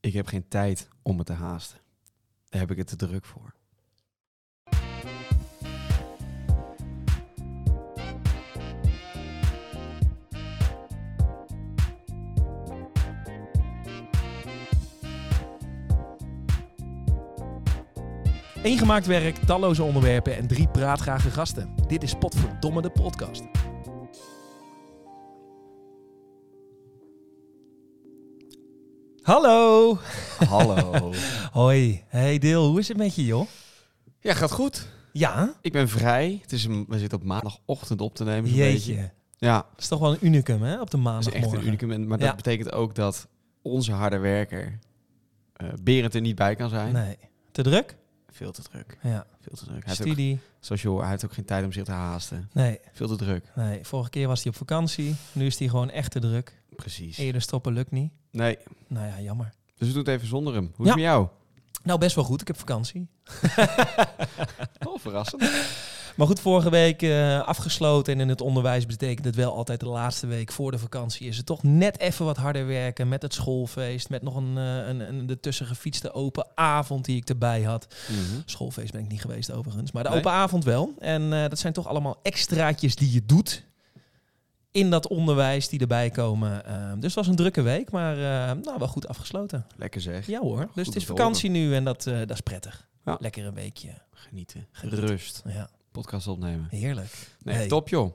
Ik heb geen tijd om me te haasten. Daar heb ik het te druk voor. Eén gemaakt werk, talloze onderwerpen en drie praatgrage gasten. Dit is Potverdomme de podcast. Hallo. Hallo. Hoi. Hey Deel, hoe is het met je joh? ja, gaat goed. Ja? Ik ben vrij. Het is een, we zitten op maandagochtend op te nemen. zo'n beetje. Jeetje. Ja, Dat is toch wel een unicum hè, op de dat is maandagmorgen. echt een unicum. En- Maar Ja. dat betekent ook dat onze harde werker eh, Berend er niet bij kan zijn. Nee. Te druk? Veel te druk. Ja. Veel te druk. Hij heeft ook, Studie? zoals je hoort, hij heeft ook geen tijd om zich te haasten. Nee. Veel te druk. Nee. Vorige keer was hij op vakantie. Nu is hij gewoon echt te druk. Precies. Eerder stoppen lukt niet. Nee. Nou ja, jammer. Dus we doen het even zonder hem. Hoe is het met jou? Nou, best wel goed. Ik heb vakantie. Oh, verrassend. Maar goed, vorige week eh, afgesloten en in het onderwijs betekent het wel altijd de laatste week voor de vakantie is het toch net even wat harder werken met het schoolfeest, met nog een, eh een, een ertussen gefietste open avond die ik erbij had. Mhm. Schoolfeest ben ik niet geweest overigens, maar de Nee? open avond wel. En eh, dat zijn toch allemaal extraatjes die je doet in dat onderwijs die erbij komen. Eh, dus het was een drukke week, maar eh, nou, wel goed afgesloten. Lekker zeg. Ja hoor, dus om het is te vakantie nu en dat, eh, dat is prettig. Ja. Lekker een weekje. Genieten. Genieten. Rust. Ja, Podcast opnemen. heerlijk. Nee, Hey. top joh.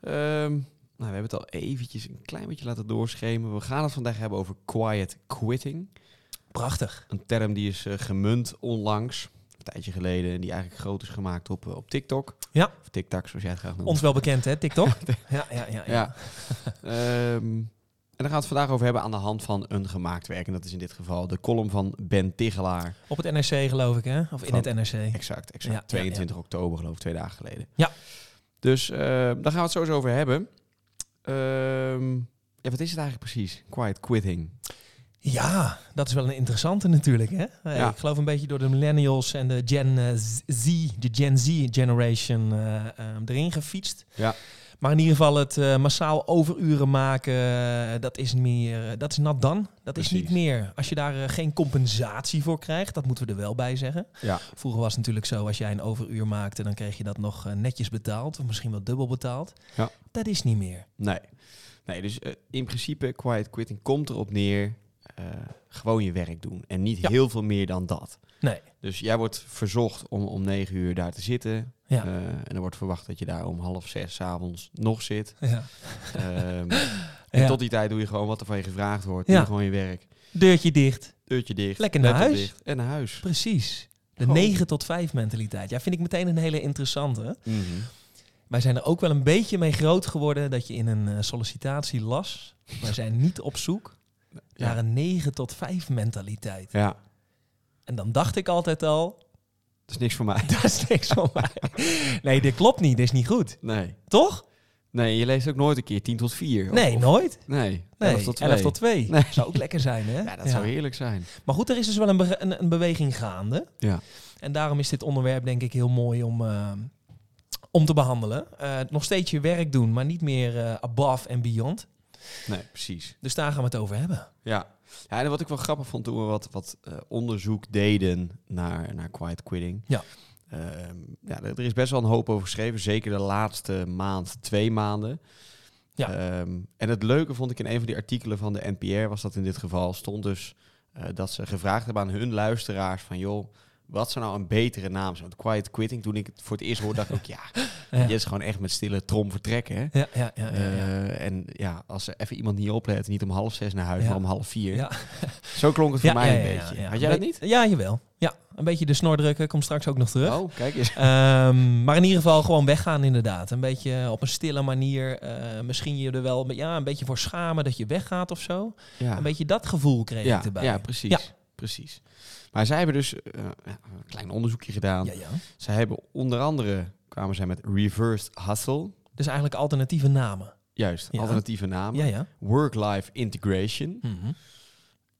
Ehm, nou, we hebben het al eventjes een klein beetje laten doorschemen. We gaan het vandaag hebben over quiet quitting. Prachtig. Een term die is eh, gemunt onlangs, een tijdje geleden, en die eigenlijk groot is gemaakt op, eh, op TikTok. Ja. Of TikTok, zoals jij het graag noemt. Ons wel bekend, hè, TikTok? ja, ja, ja, ja. Ja. Ehm, en daar gaan we het vandaag over hebben aan de hand van een gemaakt werk. En dat is in dit geval de column van Ben Tigelaar. Op het NRC, geloof ik, hè? Of in Van- het NRC. Exact, exact. Ja, ja, 22 oktober, geloof ik, twee dagen geleden. Ja. Dus eh, daar gaan we het sowieso over hebben. Ehm, ja, wat is het eigenlijk precies? Quiet quitting. Ja, dat is wel een interessante natuurlijk, hè? Eh, Ja. Ik geloof een beetje door de millennials en de Gen eh, Z- Z, de Gen Z generation eh, eh, erin gefietst. Ja. Maar in ieder geval het eh, massaal overuren maken, eh, dat is meer, eh, dat is nat dan. Dat is niet Precies. meer. Als je daar eh, geen compensatie voor krijgt, dat moeten we er wel bij zeggen. Ja. Vroeger was het natuurlijk zo, als jij een overuur maakte, dan kreeg je dat nog eh, netjes betaald. Of misschien wel dubbel betaald. Ja. Dat is niet meer. Nee. Nee, dus eh, in principe, quiet quitting komt erop neer. eh, gewoon je werk doen. En niet Ja. heel veel meer dan dat. Nee. Dus jij wordt verzocht om om negen uur daar te zitten. Ja. Eh, en er wordt verwacht dat je daar om half zes 's avonds nog zit. Ja. Ehm, en Ja. tot die tijd doe je gewoon wat er van je gevraagd wordt. Ja. Doe gewoon je werk. Deurtje dicht. Deurtje dicht. Lekker naar laptop huis. dicht en naar huis. Precies. De Goh. 9 tot 5 mentaliteit. Ja, vind ik meteen een hele interessante. Mhm. Wij zijn er ook wel een beetje mee groot geworden dat je in een eh, sollicitatie las. Wij zijn niet op zoek naar Ja. een 9 tot 5 mentaliteit. ja, En dan dacht ik altijd al, dat is niks voor mij. dat is niks van mij. Nee, dit klopt niet. Dit is niet goed. Nee. Toch? Nee, je leest ook nooit een keer 10 tot 4. of- Nee, of- nooit. nee. Nee, 11 tot 2. Nee. Zou ook lekker zijn, hè? Ja, dat zou heerlijk zijn. Maar goed, er is dus wel een, be- een, een beweging gaande. Ja. En daarom is dit onderwerp denk ik heel mooi om, eh, om te behandelen. Eh, nog steeds je werk doen, maar niet meer eh, above en beyond. Nee, precies. Dus daar gaan we het over hebben. Ja. ja. En wat ik wel grappig vond toen we wat, wat eh, onderzoek deden naar, naar quiet quitting. Ja. Ehm, ja, er er is best wel een hoop over geschreven. Zeker de laatste maand, twee maanden. Ja. Ehm, en het leuke vond ik in een van die artikelen van de NPR, was dat in dit geval, stond dus eh, dat ze gevraagd hebben aan hun luisteraars van joh, wat zou nou een betere naam zijn? Want quiet quitting, toen ik het voor het eerst hoorde, dacht ik ook ja, Ja, dit is gewoon echt met stille trom vertrekken. hè? ja, ja. ja, ja, ja. Eh, en ja, als er even iemand niet oplet, niet om half zes naar huis, Ja. maar om half vier. Ja. Zo klonk het voor Ja, mij ja, een ja, beetje. ja, ja. Had jij dat niet? Ja, jawel. Ja, een beetje de snor drukken, kom straks ook nog terug. Oh, kijk eens. Ehm, maar in ieder geval gewoon weggaan inderdaad. Een beetje eh, op een stille manier. eh, misschien je er wel met- ja, een beetje voor schamen dat je weggaat of zo. Ja, Een beetje dat gevoel kreeg ja, ik erbij. ja, precies. Ja. precies. Maar zij hebben dus eh, ja, een klein onderzoekje gedaan. ja, ja. Zij hebben onder andere, kwamen zij met reversed hustle. Dus eigenlijk alternatieve namen. Juist, Ja. alternatieve namen. Ja, ja. Work-life integration. Mhm.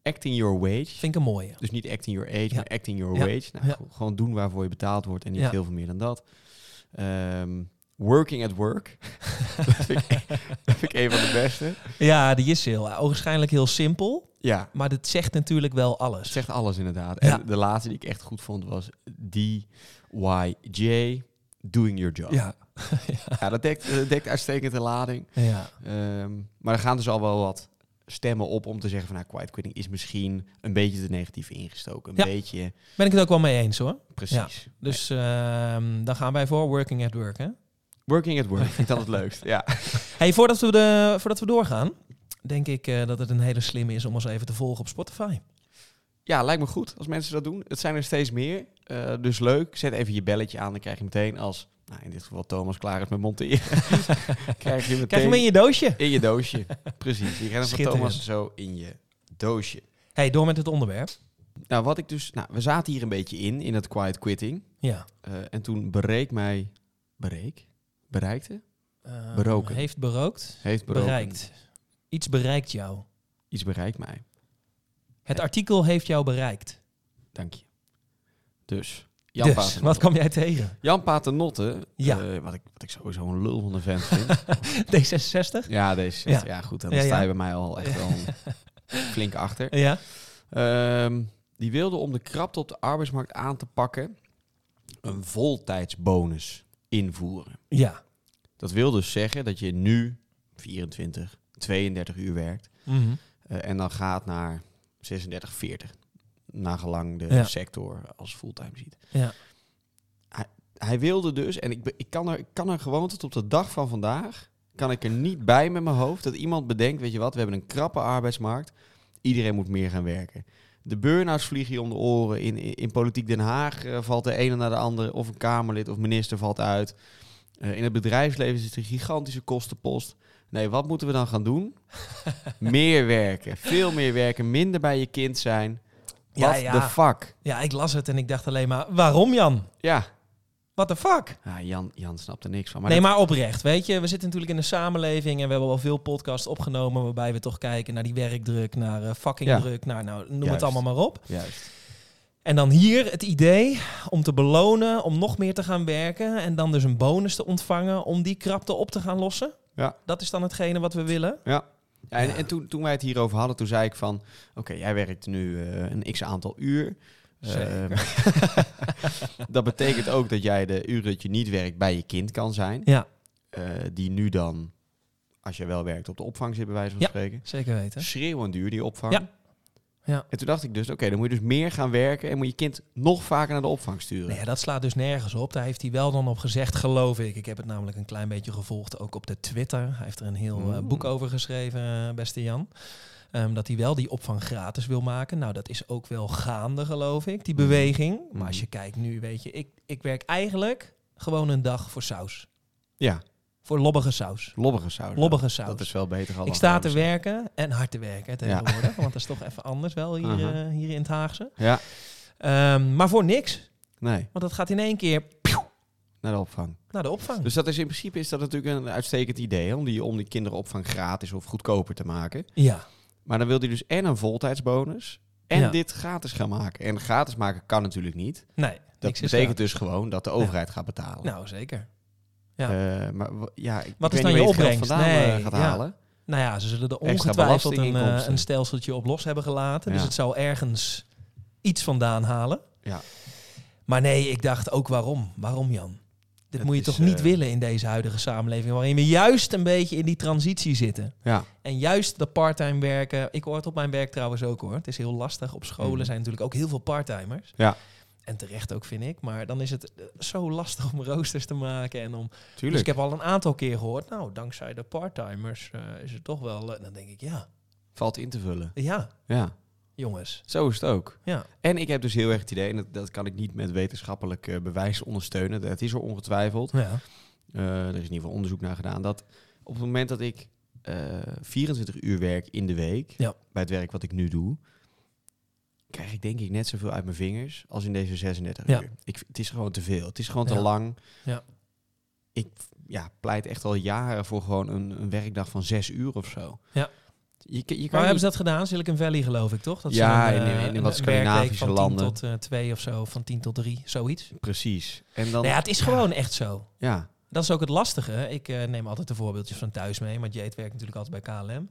Acting your wage. Vind ik een mooie. Dus niet acting your age, Ja. maar acting your Ja. wage. Nou, Ja. go- Gewoon doen waarvoor je betaald wordt en niet Ja. heel veel meer dan dat. Ehm, working at work. dat, vind ik, dat vind ik een van de beste. Ja, die is heel eh, ogenschijnlijk heel simpel. Ja, Maar dat zegt natuurlijk wel het alles. zegt alles inderdaad. Ja. En de laatste die ik echt goed vond was DYJ, Doing Your Job. Ja. Ja, dat dekt, dat dekt uitstekend de lading. ja. Ehm, maar er gaan dus al wel wat stemmen op om te zeggen van... nou, quiet quitting is misschien een beetje te negatief ingestoken. Een Ja. beetje, Ben ik het ook wel mee eens hoor. precies. Dus ehm, dan gaan wij voor Working at Work. Hè? Working at work vind ik dat het leukst, ja. Hey, voordat, we de, voordat we doorgaan, denk ik eh, dat het een hele slimme is om ons even te volgen op Spotify. Ja, lijkt me goed als mensen dat doen. Het zijn er steeds meer. eh, dus leuk. Zet even je belletje aan. Dan krijg je meteen als, nou, in dit geval Thomas klaar is met monteren. krijg je meteen Krijg je hem in je doosje? in je doosje. Precies. Je krijgt hem van Schitterend. Thomas zo in je doosje. Hey, door met het onderwerp. Nou, wat ik dus... Nou, we zaten hier een beetje in, in dat quiet quitting. Ja. Eh, en toen bereik mij... Bereik? Bereikte? Eh, Beroken. Heeft berookt. Heeft beroken. Bereikt. Iets bereikt jou. Iets bereikt mij. Het artikel heeft jou bereikt. Dank je. Dus, Jan dus, Paternotte. wat kwam jij tegen? Jan Paternotte, Ja. eh, wat, ik, wat ik sowieso een lul van de vent vind. D66? ja, deze zegt, ja. goed, dan Ja, sta je ja. bij mij al echt wel een flink achter. Ja. Ehm, die wilde om de krapte op de arbeidsmarkt aan te pakken... een voltijdsbonus invoeren. Ja. Dat wil dus zeggen dat je nu 24, 32 uur werkt Mhm. eh, en dan gaat naar 36, 40. Nagelang de Ja. sector als fulltime ziet. Ja. Hij, hij wilde dus, en ik, be- ik, kan er, ik kan er gewoon tot op de dag van vandaag, kan ik er niet bij met mijn hoofd dat iemand bedenkt, weet je wat, we hebben een krappe arbeidsmarkt, iedereen moet meer gaan werken. De burn-outs vliegen je om de oren. In, in, in politiek Den Haag eh, valt de ene naar de andere. Of een Kamerlid of minister valt uit. Eh, in het bedrijfsleven is het een gigantische kostenpost. Nee, wat moeten we dan gaan doen? meer werken. Veel meer werken. Minder bij je kind zijn. Ja, What ja. the fuck? ja, ik las het en ik dacht alleen maar, waarom Jan? Ja. What the fuck? Ja, Jan, Jan snapt er niks van. Maar nee, dat- maar oprecht. Weet je, we zitten natuurlijk in een samenleving en we hebben al veel podcasts opgenomen waarbij we toch kijken naar die werkdruk, naar eh, fucking Ja. druk, naar nou, noem Juist. het allemaal maar op. Juist. En dan hier het idee om te belonen, om nog meer te gaan werken en dan dus een bonus te ontvangen om die krapte op te gaan lossen. Ja. Dat is dan hetgene wat we willen. Ja, en Ja. en toen, toen wij het hierover hadden, toen zei ik van... Oké, jij werkt nu eh, een x-aantal uur. Zeker. Ehm, dat betekent ook dat jij de uren dat je niet werkt bij je kind kan zijn. Ja, eh, die nu dan, als je wel werkt, op de opvang zit bij wijze van Ja. spreken. zeker weten. Schreeuwend duur die opvang. Ja. Ja. En toen dacht ik dus, oké, dan moet je dus meer gaan werken en moet je kind nog vaker naar de opvang sturen. Nee, dat slaat dus nergens op. Daar heeft hij wel dan op gezegd, geloof ik. Ik heb het namelijk een klein beetje gevolgd, ook op de Twitter. Hij heeft er een heel eh, Oeh. boek over geschreven, eh, beste Jan. Ehm, dat hij wel die opvang gratis wil maken. Nou, dat is ook wel gaande, geloof ik, die Mhm. beweging. Mhm. Maar als je kijkt nu, weet je, ik, ik werk eigenlijk gewoon een dag voor saus. Ja, Voor lobbige saus. lobbige zouden. Lobbige Nou, dat. saus. Dat is wel beter allemaal. ik sta te werken en hard te werken hè, tegenwoordig. Want dat is toch even anders wel hier, Aha. eh, hier in het Haagse. Uh-huh. Ja, Ehm, maar voor niks. nee, Want dat gaat in één keer naar de opvang. naar de opvang. Dus dat is in principe is dat natuurlijk een uitstekend idee, hè, om die, om die kinderenopvang gratis of goedkoper te maken. ja. Maar dan wil hij dus en een voltijdsbonus en Ja. dit gratis gaan maken. En gratis maken kan natuurlijk niet. Nee, Dat niks is betekent dus gewoon dat de overheid gaat betalen. gratis. Nou, zeker. Eh, maar w- ja, ik, Wat ik weet niet is dan je waar je het geld opbrengst? vandaan eh, Nee, gaat ja. halen. Nou ja, ze zullen er Extra ongetwijfeld een, eh, belastinginkomsten. een stelseltje op los hebben gelaten. Dus Ja. het zou ergens iets vandaan halen. Ja. Maar nee, ik dacht ook waarom? Waarom, Jan? Dit Het moet je is, toch niet eh, willen in deze huidige samenleving... waarin we juist een beetje in die transitie zitten. Ja. En juist dat parttime werken... Ik hoor het op mijn werk trouwens ook hoor. Het is heel lastig. Op scholen Mhm. zijn natuurlijk ook heel veel parttimers. Ja. En terecht ook, vind ik. Maar dan is het eh, zo lastig om roosters te maken... en om Dus ik Tuurlijk. heb al een aantal keer gehoord, nou, dankzij de parttimers eh, is het toch wel... eh, dan denk ik, ja, Valt in te vullen. ja, Ja, jongens. zo is het ook. Ja, En ik heb dus heel erg het idee, en dat, dat kan ik niet met wetenschappelijk eh, bewijs ondersteunen, dat is er ongetwijfeld. ja. Eh, er is in ieder geval onderzoek naar gedaan, dat op het moment dat ik eh, 24 uur werk in de week, Ja. bij het werk wat ik nu doe, krijg ik denk ik net zoveel uit mijn vingers als in deze 36 Ja. uur. Ik, het is gewoon te veel, het is gewoon te Ja. lang. Ja. Ik ja, pleit echt al jaren voor gewoon een, een werkdag van 6 uur of zo. Ja. Je, kan- je Waar kan hebben niet- ze dat gedaan? Silicon Valley geloof ik, toch? Dat Ja, ze in- in- eh, in een- wat een werkweek Scandinavische van landen. tot eh, twee of zo, van tien tot drie, zoiets. Precies. En dan, Nou ja, ja. het is gewoon echt zo. ja. Dat is ook het lastige. Ik eh, neem altijd de voorbeeldjes van thuis mee, want Jeet werkt natuurlijk altijd bij KLM.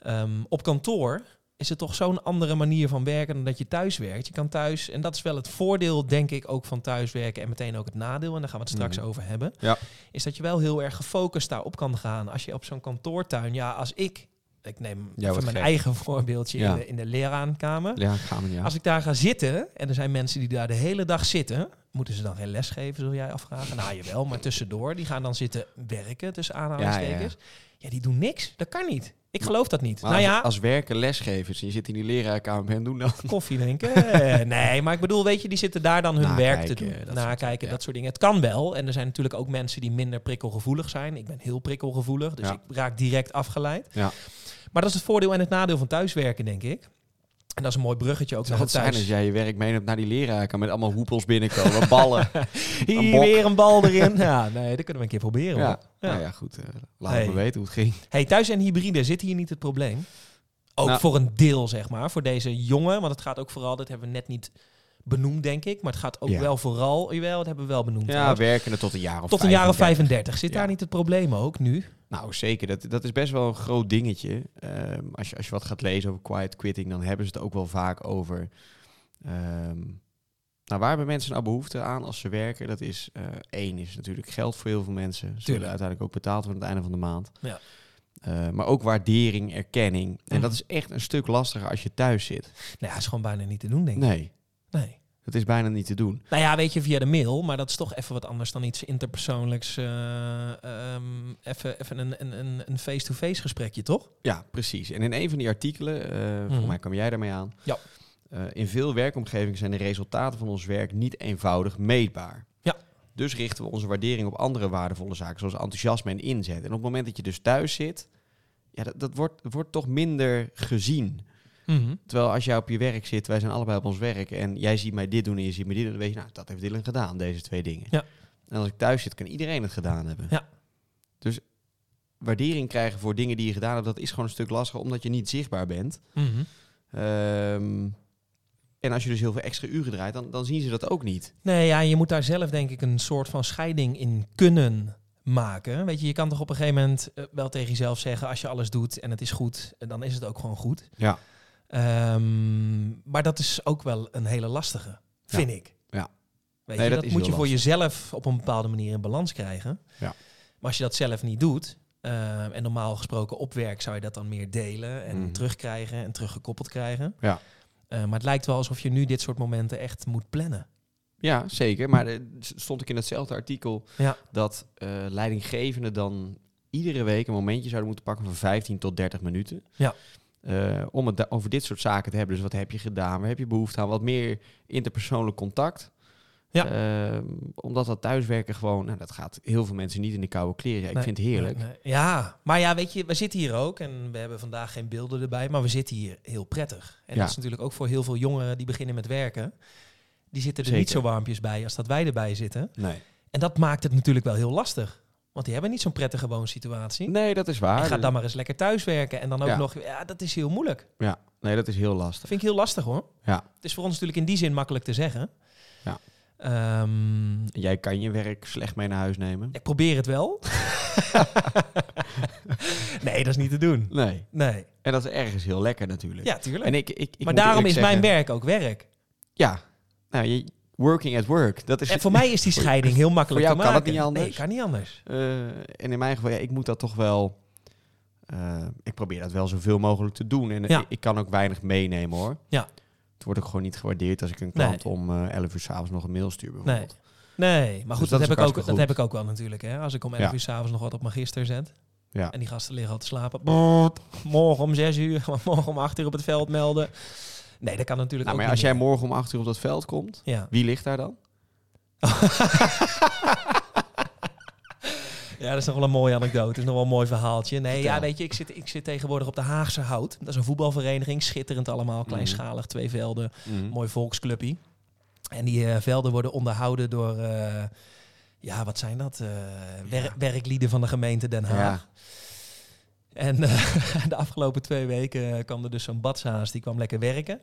Ehm, op kantoor is het toch zo'n andere manier van werken dan dat je thuis werkt. Je kan thuis, en dat is wel het voordeel, denk ik, ook van thuiswerken en meteen ook het nadeel, en daar gaan we het straks Mhm. over hebben, Ja. is dat je wel heel erg gefocust daarop kan gaan. Als je op zo'n kantoortuin, ja, als ik, ik neem Ja, even wat mijn gek. eigen voorbeeldje Ja. in, de, in de lerarenkamer. Ja, gaan we ja. Als ik daar ga zitten, en er zijn mensen die daar de hele dag zitten, moeten ze dan geen les geven, zul jij afvragen? Nou, jawel, maar tussendoor, die gaan dan zitten werken, tussen aanhalingstekens. Ja, die doen niks. Dat kan niet. Ik geloof dat niet. Maar nou als, ja, als werken lesgevers, en je zit in die leraarkamer en doen dan. koffie drinken. Eh, nee, maar ik bedoel, weet je, die zitten daar dan hun werk te Nakijken, doen. dat soort Nakijken, dingen, dat soort dingen. Het kan wel. En er zijn natuurlijk ook mensen die minder prikkelgevoelig zijn. Ik ben heel prikkelgevoelig, dus Ja. ik raak direct afgeleid. Ja. Maar dat is het voordeel en het nadeel van thuiswerken, denk ik. En dat is een mooi bruggetje ook Zou naar het het zijn als thuis. jij je werk meeneemt naar die leraarkamer met allemaal hoepels binnenkomen, ballen. Hier een bok. weer een bal erin. ja, nee, dat kunnen we een keer proberen. hoor. Ja. Nou ja, goed. eh, laat Hey. me weten hoe het ging. Hey, thuis en hybride, zit hier niet het probleem? Ook Nou. voor een deel, zeg maar, voor deze jongen. Want het gaat ook vooral, dat hebben we net niet benoemd, denk ik. Maar het gaat ook Ja. wel vooral, jawel, dat hebben we wel benoemd. Ja, trouwens. werkende tot een jaar of Tot een jaar of 35. 35. Zit Ja. daar niet het probleem ook nu? Nou, zeker. Dat, dat is best wel een groot dingetje. Ehm, als, je, als je wat gaat lezen over quiet quitting, dan hebben ze het ook wel vaak over... ehm, nou, waar hebben mensen nou behoefte aan als ze werken? Dat is eh, één, is natuurlijk geld voor heel veel mensen. Ze Tuurlijk. willen uiteindelijk ook betaald worden aan het einde van de maand. Ja. Eh, maar ook waardering, erkenning. En Mhm. dat is echt een stuk lastiger als je thuis zit. Nou ja, is gewoon bijna niet te doen, denk ik. Nee, Nee. dat is bijna niet te doen. Nou ja, weet je, via de mail. Maar dat is toch even wat anders dan iets interpersoonlijks. eh, ehm, even, even een- een een- een face-to-face gesprekje, toch? Ja, precies. En in een van die artikelen, eh Mhm. volgens mij kwam jij daarmee aan. Ja. eh, in veel werkomgevingen zijn de resultaten van ons werk niet eenvoudig meetbaar. Ja. Dus richten we onze waardering op andere waardevolle zaken, zoals enthousiasme en inzet. En op het moment dat je dus thuis zit, ja, dat, dat wordt, dat wordt toch minder gezien. Terwijl als jij op je werk zit, wij zijn allebei op ons werk en jij ziet mij dit doen en je ziet mij dit doen, dan weet je, nou, dat heeft Dylan gedaan, deze twee dingen. Ja. En als ik thuis zit, kan iedereen het gedaan hebben. Ja. Dus waardering krijgen voor dingen die je gedaan hebt, dat is gewoon een stuk lastiger, omdat je niet zichtbaar bent. Mhm. Ehm, en als je dus heel veel extra uren draait, dan, dan zien ze dat ook niet. Nee, ja, je moet daar zelf denk ik een soort van scheiding in kunnen maken. Weet je, je kan toch op een gegeven moment eh, wel tegen jezelf zeggen... als je alles doet en het is goed, eh, dan is het ook gewoon goed. Ja. Ehm, maar dat is ook wel een hele lastige, vind ik. Ja. Weet Nee, je, dat dat, is moet je heel voor jezelf op een bepaalde manier in balans krijgen. Ja. Maar als je dat zelf niet doet... ehm, en normaal gesproken op werk zou je dat dan meer delen... en Mhm. terugkrijgen en teruggekoppeld krijgen. Ja. Eh, maar het lijkt wel alsof je nu dit soort momenten echt moet plannen. Ja, zeker. Maar eh, s- stond ik in hetzelfde artikel Ja. dat eh, leidinggevenden dan iedere week een momentje zouden moeten pakken van 15 tot 30 minuten. Ja. Eh, om het da- over dit soort zaken te hebben. Dus wat heb je gedaan? Waar heb je behoefte aan? Wat meer interpersoonlijk contact. Ja. Ehm, omdat dat thuiswerken gewoon, nou, dat gaat heel veel mensen niet in de koude kleren. Ja, ik Nee, vind het heerlijk. Nee, nee. Ja, maar ja, weet je, we zitten hier ook en we hebben vandaag geen beelden erbij, maar we zitten hier heel prettig. En Ja. dat is natuurlijk ook voor heel veel jongeren die beginnen met werken. Die zitten er niet Zeker. zo warmpjes bij als dat wij erbij zitten. Nee. En dat maakt het natuurlijk wel heel lastig. Want die hebben niet zo'n prettige woonsituatie. Nee, dat is waar. en gaat dan maar eens lekker thuiswerken. En dan ook Ja. nog, ja, dat is heel moeilijk. Ja, nee, dat is heel lastig. Dat vind ik heel lastig hoor. Ja. Het is voor ons natuurlijk in die zin makkelijk te zeggen. Ja. Ehm, Jij kan je werk slecht mee naar huis nemen. ik probeer het wel. nee, dat is niet te doen. Nee. Nee. En dat is ergens heel lekker natuurlijk. Ja, tuurlijk. En ik, ik, ik maar moet daarom is eerlijk mijn zeggen- werk ook werk. Ja. Nou, je, working at work. Dat is En voor mij is die scheiding heel makkelijk Dus jou te kan maken. het niet anders. Nee, kan niet anders. Eh, en in mijn geval, ja, ik moet dat toch wel. eh, ik probeer dat wel zoveel mogelijk te doen. En eh, Ja. ik, ik kan ook weinig meenemen hoor. Ja. Het wordt ook gewoon niet gewaardeerd als ik een Nee. klant om eh 11 uur s'avonds nog een mail stuur. Bijvoorbeeld. Nee, maar Dus goed, dat dat, is heb ook ik ook, hartstikke dat goed. heb ik ook wel natuurlijk. Hè. Als ik om 11 Ja. uur s'avonds nog wat op mijn gister zet. Ja. En die gasten liggen al te slapen. Brrr, Nou, morgen om 6 uur, morgen om 8 uur op het veld melden. Nee, dat kan natuurlijk Nou, ook maar als niet jij morgen om 8 uur op dat veld komt, meer. Ja. wie ligt daar dan? ja, dat is nog wel een mooie anekdote. Dat is nog wel een mooi verhaaltje. Nee, ja, Vertel. weet je, ik zit, ik zit tegenwoordig op de Haagse Hout. Dat is een voetbalvereniging. Schitterend allemaal, Mhm. kleinschalig, twee velden. Een mooi volksclubje. En die eh, velden worden onderhouden door, eh, ja, wat zijn dat? Eh, wer- Werklieden van de gemeente Den Haag. En eh, de afgelopen twee weken eh, kwam er dus zo'n badzaas, die kwam lekker werken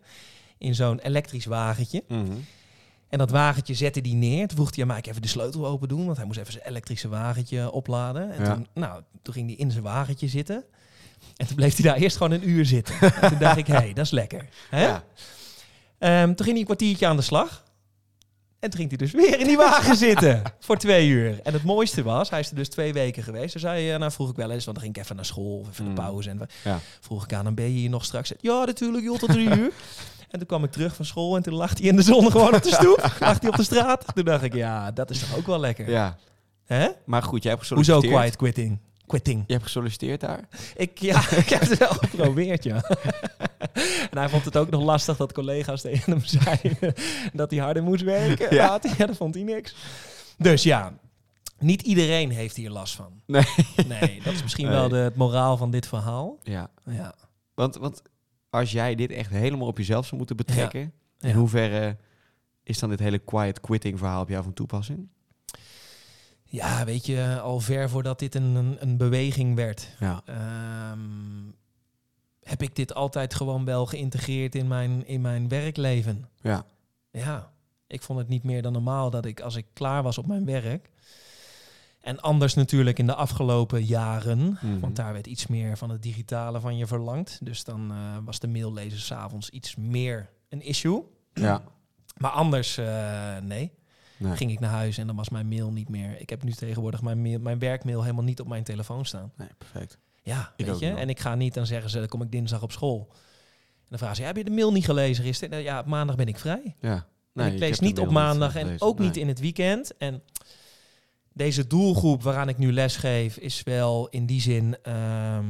in zo'n elektrisch wagentje. Mhm. En dat wagentje zette die neer. Toen vroeg hij aan mij, ik even de sleutel open doen, want hij moest even zijn elektrische wagentje opladen. En Ja. toen, nou, toen ging hij in zijn wagentje zitten. En toen bleef hij daar eerst gewoon een uur zitten. En toen dacht ik, hé, hey, dat is lekker. Hè? Ja. Ehm, toen ging hij een kwartiertje aan de slag. En toen ging hij dus weer in die wagen zitten voor twee uur. En het mooiste was, hij is er dus twee weken geweest. Dus hij, eh, nou vroeg ik wel eens, want dan ging ik even naar school of even de Mm. pauze. En we- Ja. vroeg ik aan hem, ben je hier nog straks? Ja, natuurlijk, joh, tot drie uur. En toen kwam ik terug van school en toen lag hij in de zon gewoon op de stoep. lag hij op de straat. Toen dacht ik, ja, dat is toch ook wel lekker. ja. Hè? Maar goed, jij hebt Hoezo gesolliciteerd. quiet quitting? Quitting. Je hebt gesolliciteerd daar. Ik, ja, ik heb het wel geprobeerd, ja. En hij vond het ook nog lastig dat collega's tegen hem zeiden dat hij harder moest werken. Ja. Ja. ja, dat vond hij niks. Dus ja, niet iedereen heeft hier last van. Nee. Nee, dat is misschien Nee. wel de, het moraal van dit verhaal. Ja. Ja. Want, want als jij dit echt helemaal op jezelf zou moeten betrekken, Ja. in hoeverre is dan dit hele quiet quitting verhaal op jou van toepassing? ja, weet je, al ver voordat dit een, een, een beweging werd, Ja. ehm, heb ik dit altijd gewoon wel geïntegreerd in mijn, in mijn werkleven. Ja. Ja, ik vond het niet meer dan normaal dat ik als ik klaar was op mijn werk. En anders natuurlijk in de afgelopen jaren, Hmm. want daar werd iets meer van het digitale van je verlangd. Dus dan eh, was de mail lezen s'avonds iets meer een issue. Ja. Maar anders, eh, nee. Nee. Ging ik naar huis en dan was mijn mail niet meer. Ik heb nu tegenwoordig mijn, mail, mijn werkmail helemaal niet op mijn telefoon staan. Nee, perfect. Ja, Ik weet ook je. wel. En ik ga niet, dan zeggen ze, dan kom ik dinsdag op school. En dan vragen ze, ja, heb je de mail niet gelezen gisteren? Nou Ja, op maandag ben ik vrij. Ja. En ik lees niet op maandag en ook niet in het weekend. En deze doelgroep waaraan ik nu lesgeef is wel in die zin ehm,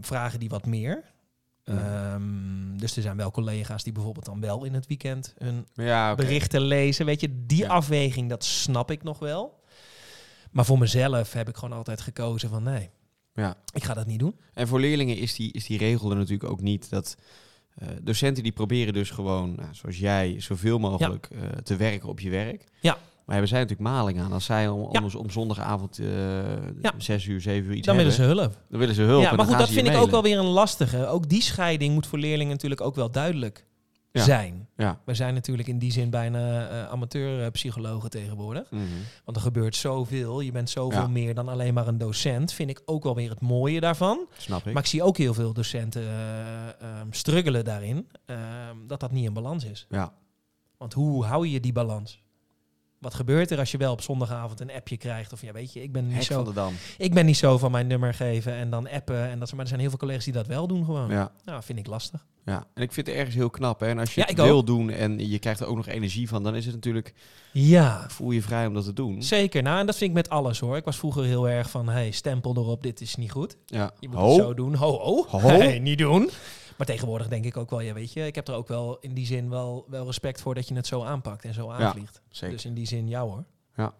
vragen die wat meer. Ja. Ehm, dus er zijn wel collega's die bijvoorbeeld dan wel in het weekend hun Ja, oké. berichten lezen. Weet je, die Ja. afweging, dat snap ik nog wel. Maar voor mezelf heb ik gewoon altijd gekozen van nee, Ja. ik ga dat niet doen. En voor leerlingen is die, is die regel er natuurlijk ook niet. Dat eh, docenten die proberen dus gewoon, nou, zoals jij, zoveel mogelijk eh, te werken op je werk. Ja. Maar hebben zij natuurlijk maling aan. Als zij om, Ja. om, om zondagavond eh Ja. 6 uur, 7 uur iets Dan willen hebben, ze hulp. dan willen ze hulp. Ja, en dan maar goed, gaan dat ze je vind ik ook mailen. wel weer een lastige. Ook die scheiding moet voor leerlingen natuurlijk ook wel duidelijk Ja. zijn. Ja. We zijn natuurlijk in die zin bijna eh, amateurpsychologen tegenwoordig. Mhm. Want er gebeurt zoveel. Je bent zoveel Ja. meer dan alleen maar een docent. Vind ik ook wel weer het mooie daarvan. Snap ik. Maar ik zie ook heel veel docenten eh, ehm, struggelen daarin. ehm, dat dat niet in balans is. Ja. Want hoe hou je die balans? Wat gebeurt er als je wel op zondagavond een appje krijgt? Of ja, weet je, ik ben niet, Hek van zo, de Dam. ik ben niet zo van mijn nummer geven en dan appen. En dat, soort- maar er zijn heel veel collega's die dat wel doen gewoon. Ja. Nou, vind ik lastig. Ja, en ik vind het ergens heel knap. Hè? En als je Ja, het ik wil doen en je krijgt er ook nog energie van, dan is het natuurlijk, Ja, voel je vrij om dat te doen. zeker. Nou, en dat vind ik met alles hoor. Ik was vroeger heel erg van, hey, stempel erop, dit is niet goed. Ja. Je moet Ho, het zo doen. Ho, ho. Ho. Hey, niet doen. Maar tegenwoordig denk ik ook wel, ja weet je, ik heb er ook wel in die zin wel, wel respect voor dat je het zo aanpakt en zo aanvliegt. zeker. dus in die zin, jou hoor. Ja.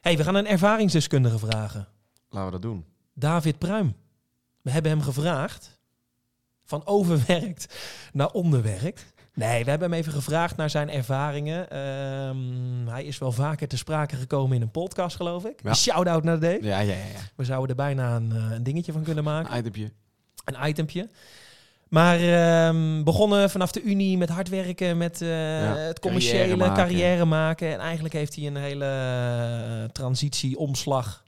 hey, we gaan een ervaringsdeskundige vragen. Laten we dat doen. David Pruim. We hebben hem gevraagd van overwerkt naar onderwerkt. Nee, we hebben hem even gevraagd naar zijn ervaringen. Ehm, hij is wel vaker te sprake gekomen in een podcast, geloof ik. Ja. Een Shout-out naar Dave. Ja, ja, ja. ja. We zouden er bijna een, eh, een dingetje van kunnen maken Een itempje. een itempje. Maar ehm, begonnen vanaf de Unie met hard werken, met eh, het commerciële, carrière carrière maken. maken. En eigenlijk heeft hij een hele eh, transitie, omslag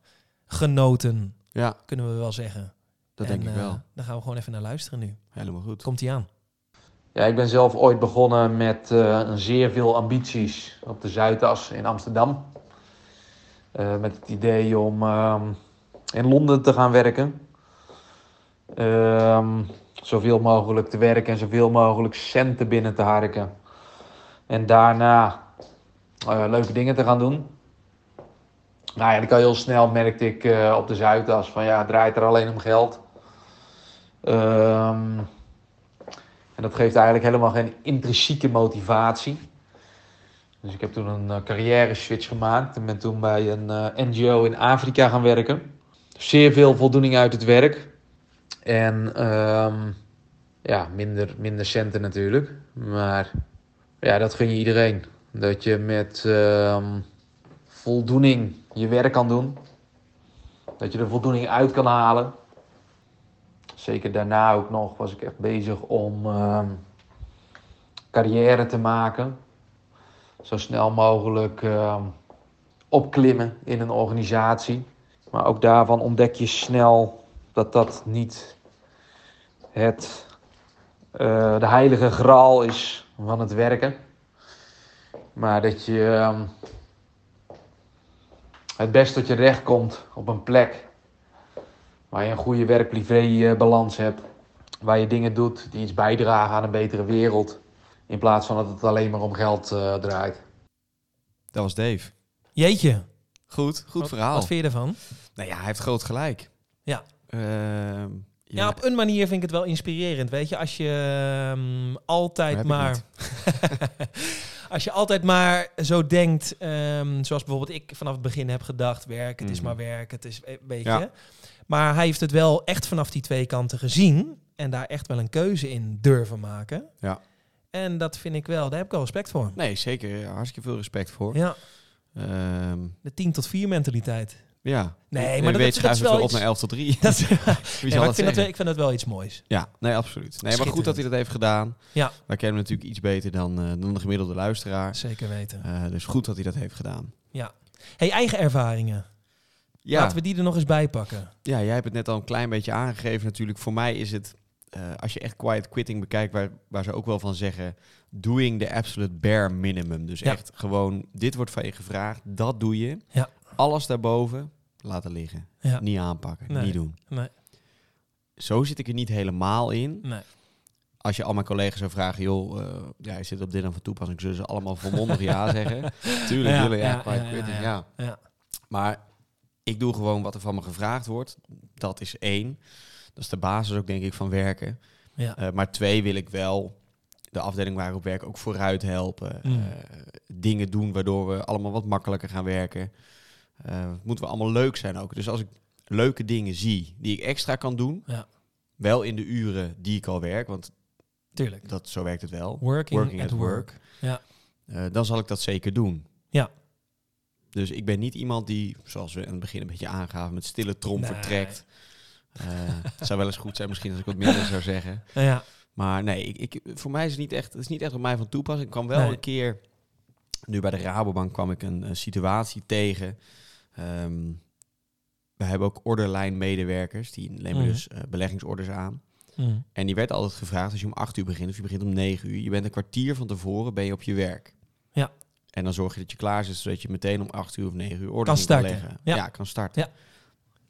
genoten, Ja, kunnen we wel zeggen. dat En, denk ik eh, wel. Daar gaan we gewoon even naar luisteren nu. Helemaal goed. Komt hij aan? Ja, ik ben zelf ooit begonnen met eh, een zeer veel ambities op de Zuidas in Amsterdam. Eh, met het idee om ehm, in Londen te gaan werken. Ehm, zoveel mogelijk te werken en zoveel mogelijk centen binnen te harken. En daarna eh, leuke dingen te gaan doen. Nou ja, ik al heel snel merkte ik eh, op de Zuidas van ja, het draait er alleen om geld. Ehm en dat geeft eigenlijk helemaal geen intrinsieke motivatie. Dus ik heb toen een eh, carrière switch gemaakt en ben toen bij een eh, NGO in Afrika gaan werken. Zeer veel voldoening uit het werk. En ehm, ja, minder, minder centen natuurlijk. Maar ja, dat gun je iedereen. Dat je met ehm, voldoening je werk kan doen. Dat je er voldoening uit kan halen zeker daarna ook nog was ik echt bezig om ehm, carrière te maken. Zo snel mogelijk ehm, opklimmen in een organisatie. Maar ook daarvan ontdek je snel dat dat niet het, eh, de heilige graal is van het werken. Maar dat je ehm, het best tot je recht komt op een plek waar je een goede werk-privé-balans hebt. Waar je dingen doet die iets bijdragen aan een betere wereld. In plaats van dat het alleen maar om geld eh, draait. Dat was Dave. Jeetje. Goed, goed Wat- verhaal. Wat vind je ervan? Nou ja, hij heeft groot gelijk. Ja. Ehm, Ja, op een manier vind ik het wel inspirerend. Weet je, als je ehm, Heb altijd ik maar. als je altijd maar zo denkt, ehm, zoals bijvoorbeeld ik vanaf het begin heb gedacht: werk, het is Mhm. maar werk, het is. eh, Weet Ja. je. Maar hij heeft het wel echt vanaf die twee kanten gezien. En daar echt wel een keuze in durven maken. Ja. En dat vind ik wel, daar heb ik wel respect voor. Nee, zeker. Hartstikke veel respect voor. Ja, Ehm, de 10 tot 4 mentaliteit. ja. Nee, Wie maar dat- weet dat- dat schuiven is we wel weer op iets- naar 11 tot 3. Dat, Nee, maar Wie zal ik, dat vind dat, wel- zeggen? ik vind dat wel iets moois. Ja, nee, absoluut. Nee, maar goed Schitterend. dat hij dat heeft gedaan. Ja. Wij kennen hem natuurlijk iets beter dan, eh, dan de gemiddelde luisteraar. Zeker weten. Eh, dus goed dat hij dat heeft gedaan. Hey, eigen ervaringen. Ja, Laten we die er nog eens bij pakken. ja, jij hebt het net al een klein beetje aangegeven natuurlijk. Voor mij is het, eh, als je echt quiet quitting bekijkt, waar, waar ze ook wel van zeggen, doing the absolute bare minimum. Dus Ja. echt gewoon, dit wordt van je gevraagd, dat doe je. Ja. Alles daarboven, laten liggen. Ja. Niet aanpakken, Nee. niet doen. Nee. Zo zit ik er niet helemaal in. Nee. Als je al mijn collega's zou vragen, joh, eh, ja, is dit op dit dan van toepassing? Zullen ze allemaal volmondig ja zeggen? Tuurlijk Ja, willen ja, ja, quiet ja, quitting, ja, ja. Ja. Maar ik doe gewoon wat er van me gevraagd wordt. Dat is één. Dat is de basis ook, denk ik, van werken. Ja. Eh, maar twee wil ik wel de afdeling waar ik op werk ook vooruit helpen. Mm. Eh, dingen doen waardoor we allemaal wat makkelijker gaan werken. Eh moeten we allemaal leuk zijn ook. Dus als ik leuke dingen zie die ik extra kan doen... Ja. wel in de uren die ik al werk, want Tuurlijk. dat, zo werkt het wel... Working, Working at, at work. Eh, dan zal ik dat zeker doen. Ja. Dus ik ben niet iemand die, zoals we aan het begin een beetje aangaven, met stille trom Nee. vertrekt. Eh, het zou wel eens goed zijn misschien als ik wat minder zou zeggen. Nou ja, Maar nee, ik, ik, voor mij is het niet echt, het is niet echt op mij van toepassing. Ik kwam wel Nee. een keer, nu bij de Rabobank kwam ik een, eh, situatie tegen. Ehm, we hebben ook orderlijn medewerkers, die nemen Mhm. dus eh, beleggingsorders aan. Mm. En die werd altijd gevraagd als je om 8 uur begint of je begint om 9 uur. Je bent een kwartier van tevoren ben je op je werk. Ja. En dan zorg je dat je klaar zit zodat je meteen om 8 uur of 9 uur order Kan in kan starten. leggen. Ja. Ja. kan starten. Ja.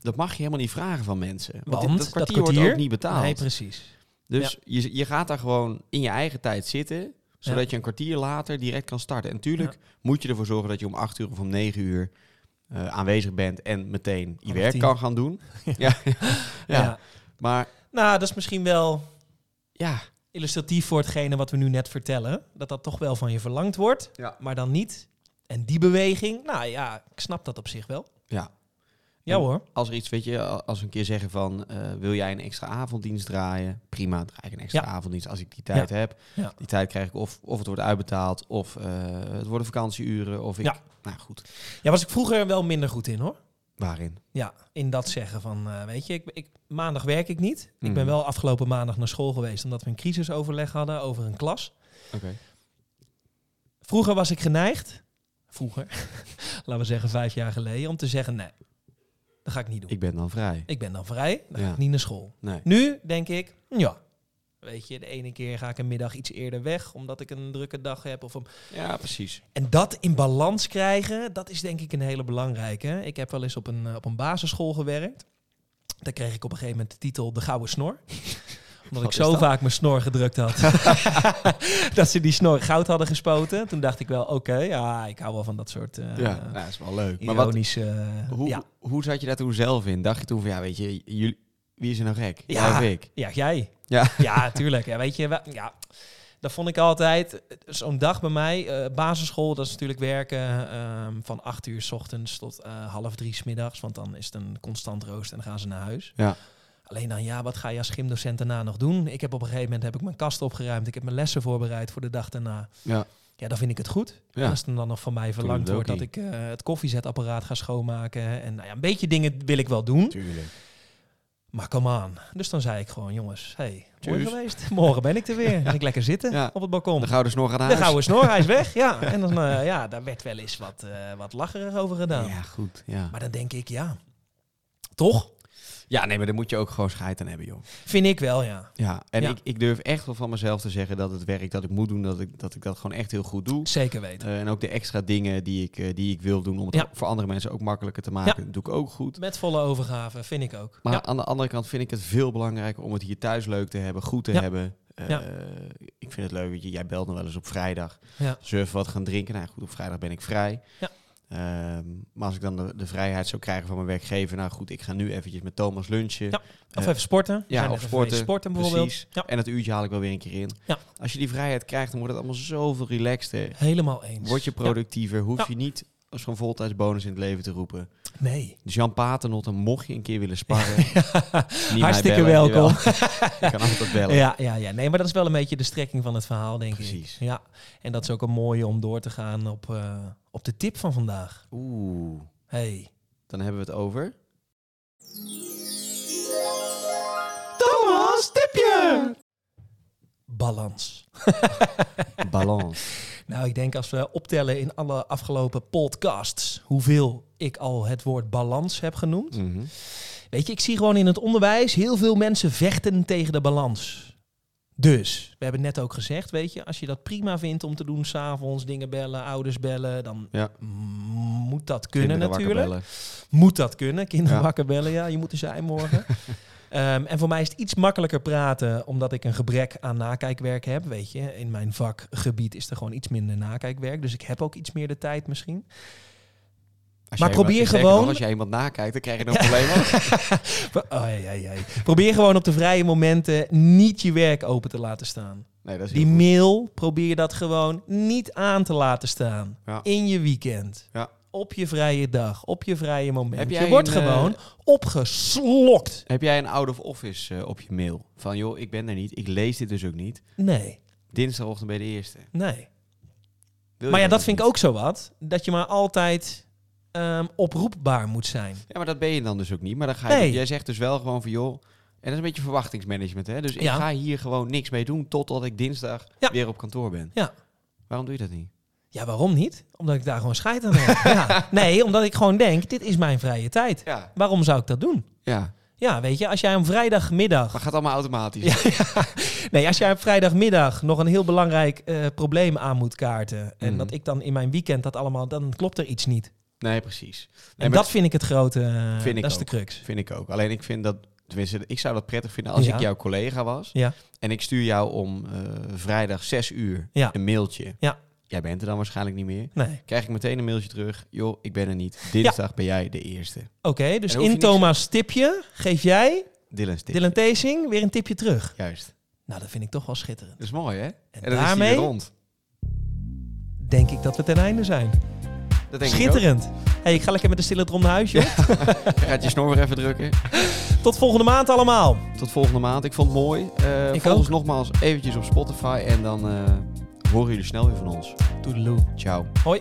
Dat mag je helemaal niet vragen van mensen. Want, Want dit- dat dat kwartier, kwartier- wordt ook niet betaald. Nee, precies. dus je, je gaat daar gewoon in je eigen tijd zitten zodat je een kwartier later direct kan starten. En natuurlijk moet je ervoor zorgen dat je om 8 uur of om 9 uur eh, aanwezig bent en meteen je Half werk tien. kan gaan doen. Ja. ja. Ja. Maar Nou, dat is misschien wel ja, illustratief voor hetgene wat we nu net vertellen. Dat dat toch wel van je verlangd wordt, Ja. maar dan niet. En die beweging, nou ja, ik snap dat op zich wel. Ja. Ja En- hoor. als er iets, weet je, als we een keer zeggen van, eh, wil jij een extra avonddienst draaien? Prima, draai ik een extra Ja. avonddienst als ik die tijd heb. Ja. Die tijd krijg ik of, of het wordt uitbetaald, of eh, het worden vakantieuren, of ik... Ja. Nou goed, Ja, was ik vroeger wel minder goed in hoor. waarin? Ja, in dat zeggen van, eh, weet je, ik, ik, maandag werk ik niet. Ik ben Mhm. wel afgelopen maandag naar school geweest omdat we een crisisoverleg hadden over een klas. Oké. Vroeger was ik geneigd, vroeger, laten we zeggen vijf jaar geleden, om te zeggen nee, dat ga ik niet doen. Ik, Ik ben dan vrij. ben dan vrij, dan ga Ja. ik niet naar school. Nee. Nu denk ik, ja, weet je, de ene keer ga ik een middag iets eerder weg omdat ik een drukke dag heb. Of om... Ja, precies. En dat in balans krijgen, dat is denk ik een hele belangrijke. Ik heb wel eens op een, eh, op een basisschool gewerkt. Daar kreeg ik op een gegeven moment de titel De Gouden Snor. Omdat ik Wat zo is dat? vaak mijn snor gedrukt had. dat ze die snor goud hadden gespoten. Toen dacht ik wel, oké, ja, ik hou wel van dat soort eh ja, nou, dat is wel leuk. Maar wat, ironische... eh, hoe, ja. hoe zat je daar toen zelf in? Dacht je toen van, ja, weet je, jullie, wie is er nou gek? Ja. Jij of ik? ja, jij. Ja. ja tuurlijk. Ja, weet je, wa- ja, dat vond ik altijd... Zo'n dag bij mij, eh, basisschool, dat is natuurlijk werken ehm, van acht uur 's ochtends tot eh, half drie 's middags. Want dan is het een constant roost en dan gaan ze naar huis. Ja. Alleen dan, ja, wat ga je als gymdocent daarna nog doen? Ik heb op een gegeven moment heb ik mijn kast opgeruimd. Ik heb mijn lessen voorbereid voor de dag daarna. Ja. Ja, dan vind ik het goed. Ja. Als het dan nog van mij het verlangd ook wordt dat ik eh, het koffiezetapparaat ga schoonmaken. En nou ja, een beetje dingen wil ik wel doen. Tuurlijk. Maar come on. Dus dan zei ik gewoon, jongens, hey, mooi Tjus. geweest. Morgen ben ik er weer. Ga ik lekker zitten Ja. op het balkon. De gouden snor gaat De aan gouden snor, hij is weg. Ja, en dan, eh, ja, daar werd wel eens wat, eh, wat lacherig over gedaan. Ja, goed. Ja. Maar dan denk ik, ja, toch? Ja, nee, maar daar moet je ook gewoon scheid aan hebben, joh. Vind ik wel, ja. Ja, en Ja. Ik, ik durf echt wel van mezelf te zeggen dat het werk dat ik moet doen, dat ik dat, ik dat gewoon echt heel goed doe. Zeker weten. Eh, en ook de extra dingen die ik, eh, die ik wil doen om het Ja. voor andere mensen ook makkelijker te maken, doe ik ook goed. Met volle overgave, vind ik ook. Maar ja. aan de andere kant vind ik het veel belangrijker om het hier thuis leuk te hebben, goed te Ja. hebben. Eh, Ja. Ik vind het leuk, weet je, jij belt nog wel eens op vrijdag. Ja. Surfen, wat gaan drinken. Nou goed, op vrijdag ben ik vrij. Ja. Ehm, maar als ik dan de, de vrijheid zou krijgen van mijn werkgever, nou goed, ik ga nu eventjes met Thomas lunchen. Ja, Of eh, even sporten. We ja, zijn of even geweest sporten, sporten bijvoorbeeld. Precies. Ja. En dat uurtje haal ik wel weer een keer in. Ja. Als je die vrijheid krijgt, dan wordt het allemaal zoveel relaxter. Helemaal eens. Word je productiever, hoef Ja. je niet zo'n voltijdsbonus in het leven te roepen. Ja. Nee. Dus Jan Paternotte, mocht je een keer willen sparren, niet mij Hartstikke bellen, welkom. jawel. je kan altijd bellen. Ja, ja, ja, nee, maar dat is wel een beetje de strekking van het verhaal, denk ik. Precies. Ja, en dat is ook een mooie om door te gaan op, eh, op de tip van vandaag. Oeh, Hey. dan hebben we het over. Thomas, tipje! Balans. Balans. Nou, ik denk als we optellen in alle afgelopen podcasts hoeveel ik al het woord balans heb genoemd. Mhm. Weet je, ik zie gewoon in het onderwijs heel veel mensen vechten tegen de balans. Dus, we hebben net ook gezegd, weet je, als je dat prima vindt om te doen, s'avonds dingen bellen, ouders bellen, dan Ja. mm, moet dat kunnen Kinderen wakker natuurlijk. bellen. Moet dat kunnen, kinderen Ja. wakker bellen, ja, je moet er zijn morgen. Ehm, en voor mij is het iets makkelijker praten, omdat ik een gebrek aan nakijkwerk heb, weet je. In mijn vakgebied is er gewoon iets minder nakijkwerk, dus ik heb ook iets meer de tijd misschien. Als Maar jij- probeer sterker gewoon- nog, als jij iemand nakijkt, dan krijg je er een probleem van. Oh, ai, ai, ai. Probeer gewoon op de vrije momenten niet je werk open te laten staan. Nee, dat is heel Die goed. mail probeer dat gewoon niet aan te laten staan. Ja. In je weekend. Ja. Op je vrije dag. Op je vrije moment. Heb je jij wordt een, eh, gewoon opgeslokt. Heb jij een out of office eh, op je mail? Van joh, ik ben er niet, ik lees dit dus ook niet. Nee, Dinsdagochtend bij de eerste. nee. Wil Maar je ja, dat vind ik niet? ook zo wat. Dat je maar altijd ehm, oproepbaar moet zijn. Ja, maar dat ben je dan dus ook niet. Maar dan ga je, Nee. jij zegt dus wel gewoon van joh. En dat is een beetje verwachtingsmanagement, hè? Dus Ja. ik ga hier gewoon niks mee doen totdat ik dinsdag Ja. weer op kantoor ben. Ja. Waarom doe je dat niet? Ja, waarom niet? Omdat ik daar gewoon scheid aan heb. ja. Nee, omdat ik gewoon denk, dit is mijn vrije tijd. Ja. Waarom zou ik dat doen? ja. Ja, weet je, als jij om vrijdagmiddag Maar gaat allemaal automatisch. Ja, ja. Nee, als jij op vrijdagmiddag nog een heel belangrijk eh, probleem aan moet kaarten. En Mhm. dat ik dan in mijn weekend dat allemaal, dan klopt er iets niet. Nee, precies. Nee, En maar dat vind ik het grote. eh, Vind ik dat is ook. de crux. Vind ik ook. Alleen ik vind dat, tenminste, ik zou dat prettig vinden als Ja. ik jouw collega was. Ja. En ik stuur jou om eh, vrijdag 6 uur Ja. een mailtje. Ja. Jij bent er dan waarschijnlijk niet meer. Nee. Krijg ik meteen een mailtje terug. Joh, ik ben er niet. Dinsdag ben jij de eerste. Oké, dus En dan hoef je in niks- Thomas' tipje geef jij Dylan's tip. Dylan Tezing weer een tipje terug. Juist. Nou, dat vind ik toch wel schitterend. Dat is mooi, hè? En, dan is daarmee- hij weer rond. Denk ik dat we ten einde zijn. Dat denk ik schitterend. hey, ik ga lekker met de stille drom naar huis, joh. ook. Gaat je snor weer even drukken. Tot volgende maand allemaal. Tot volgende maand. Ik vond het mooi. Eh Ik volg ons ook. nogmaals eventjes op Spotify. En dan eh, horen jullie snel weer van ons. Toedeloe. Ciao. Hoi.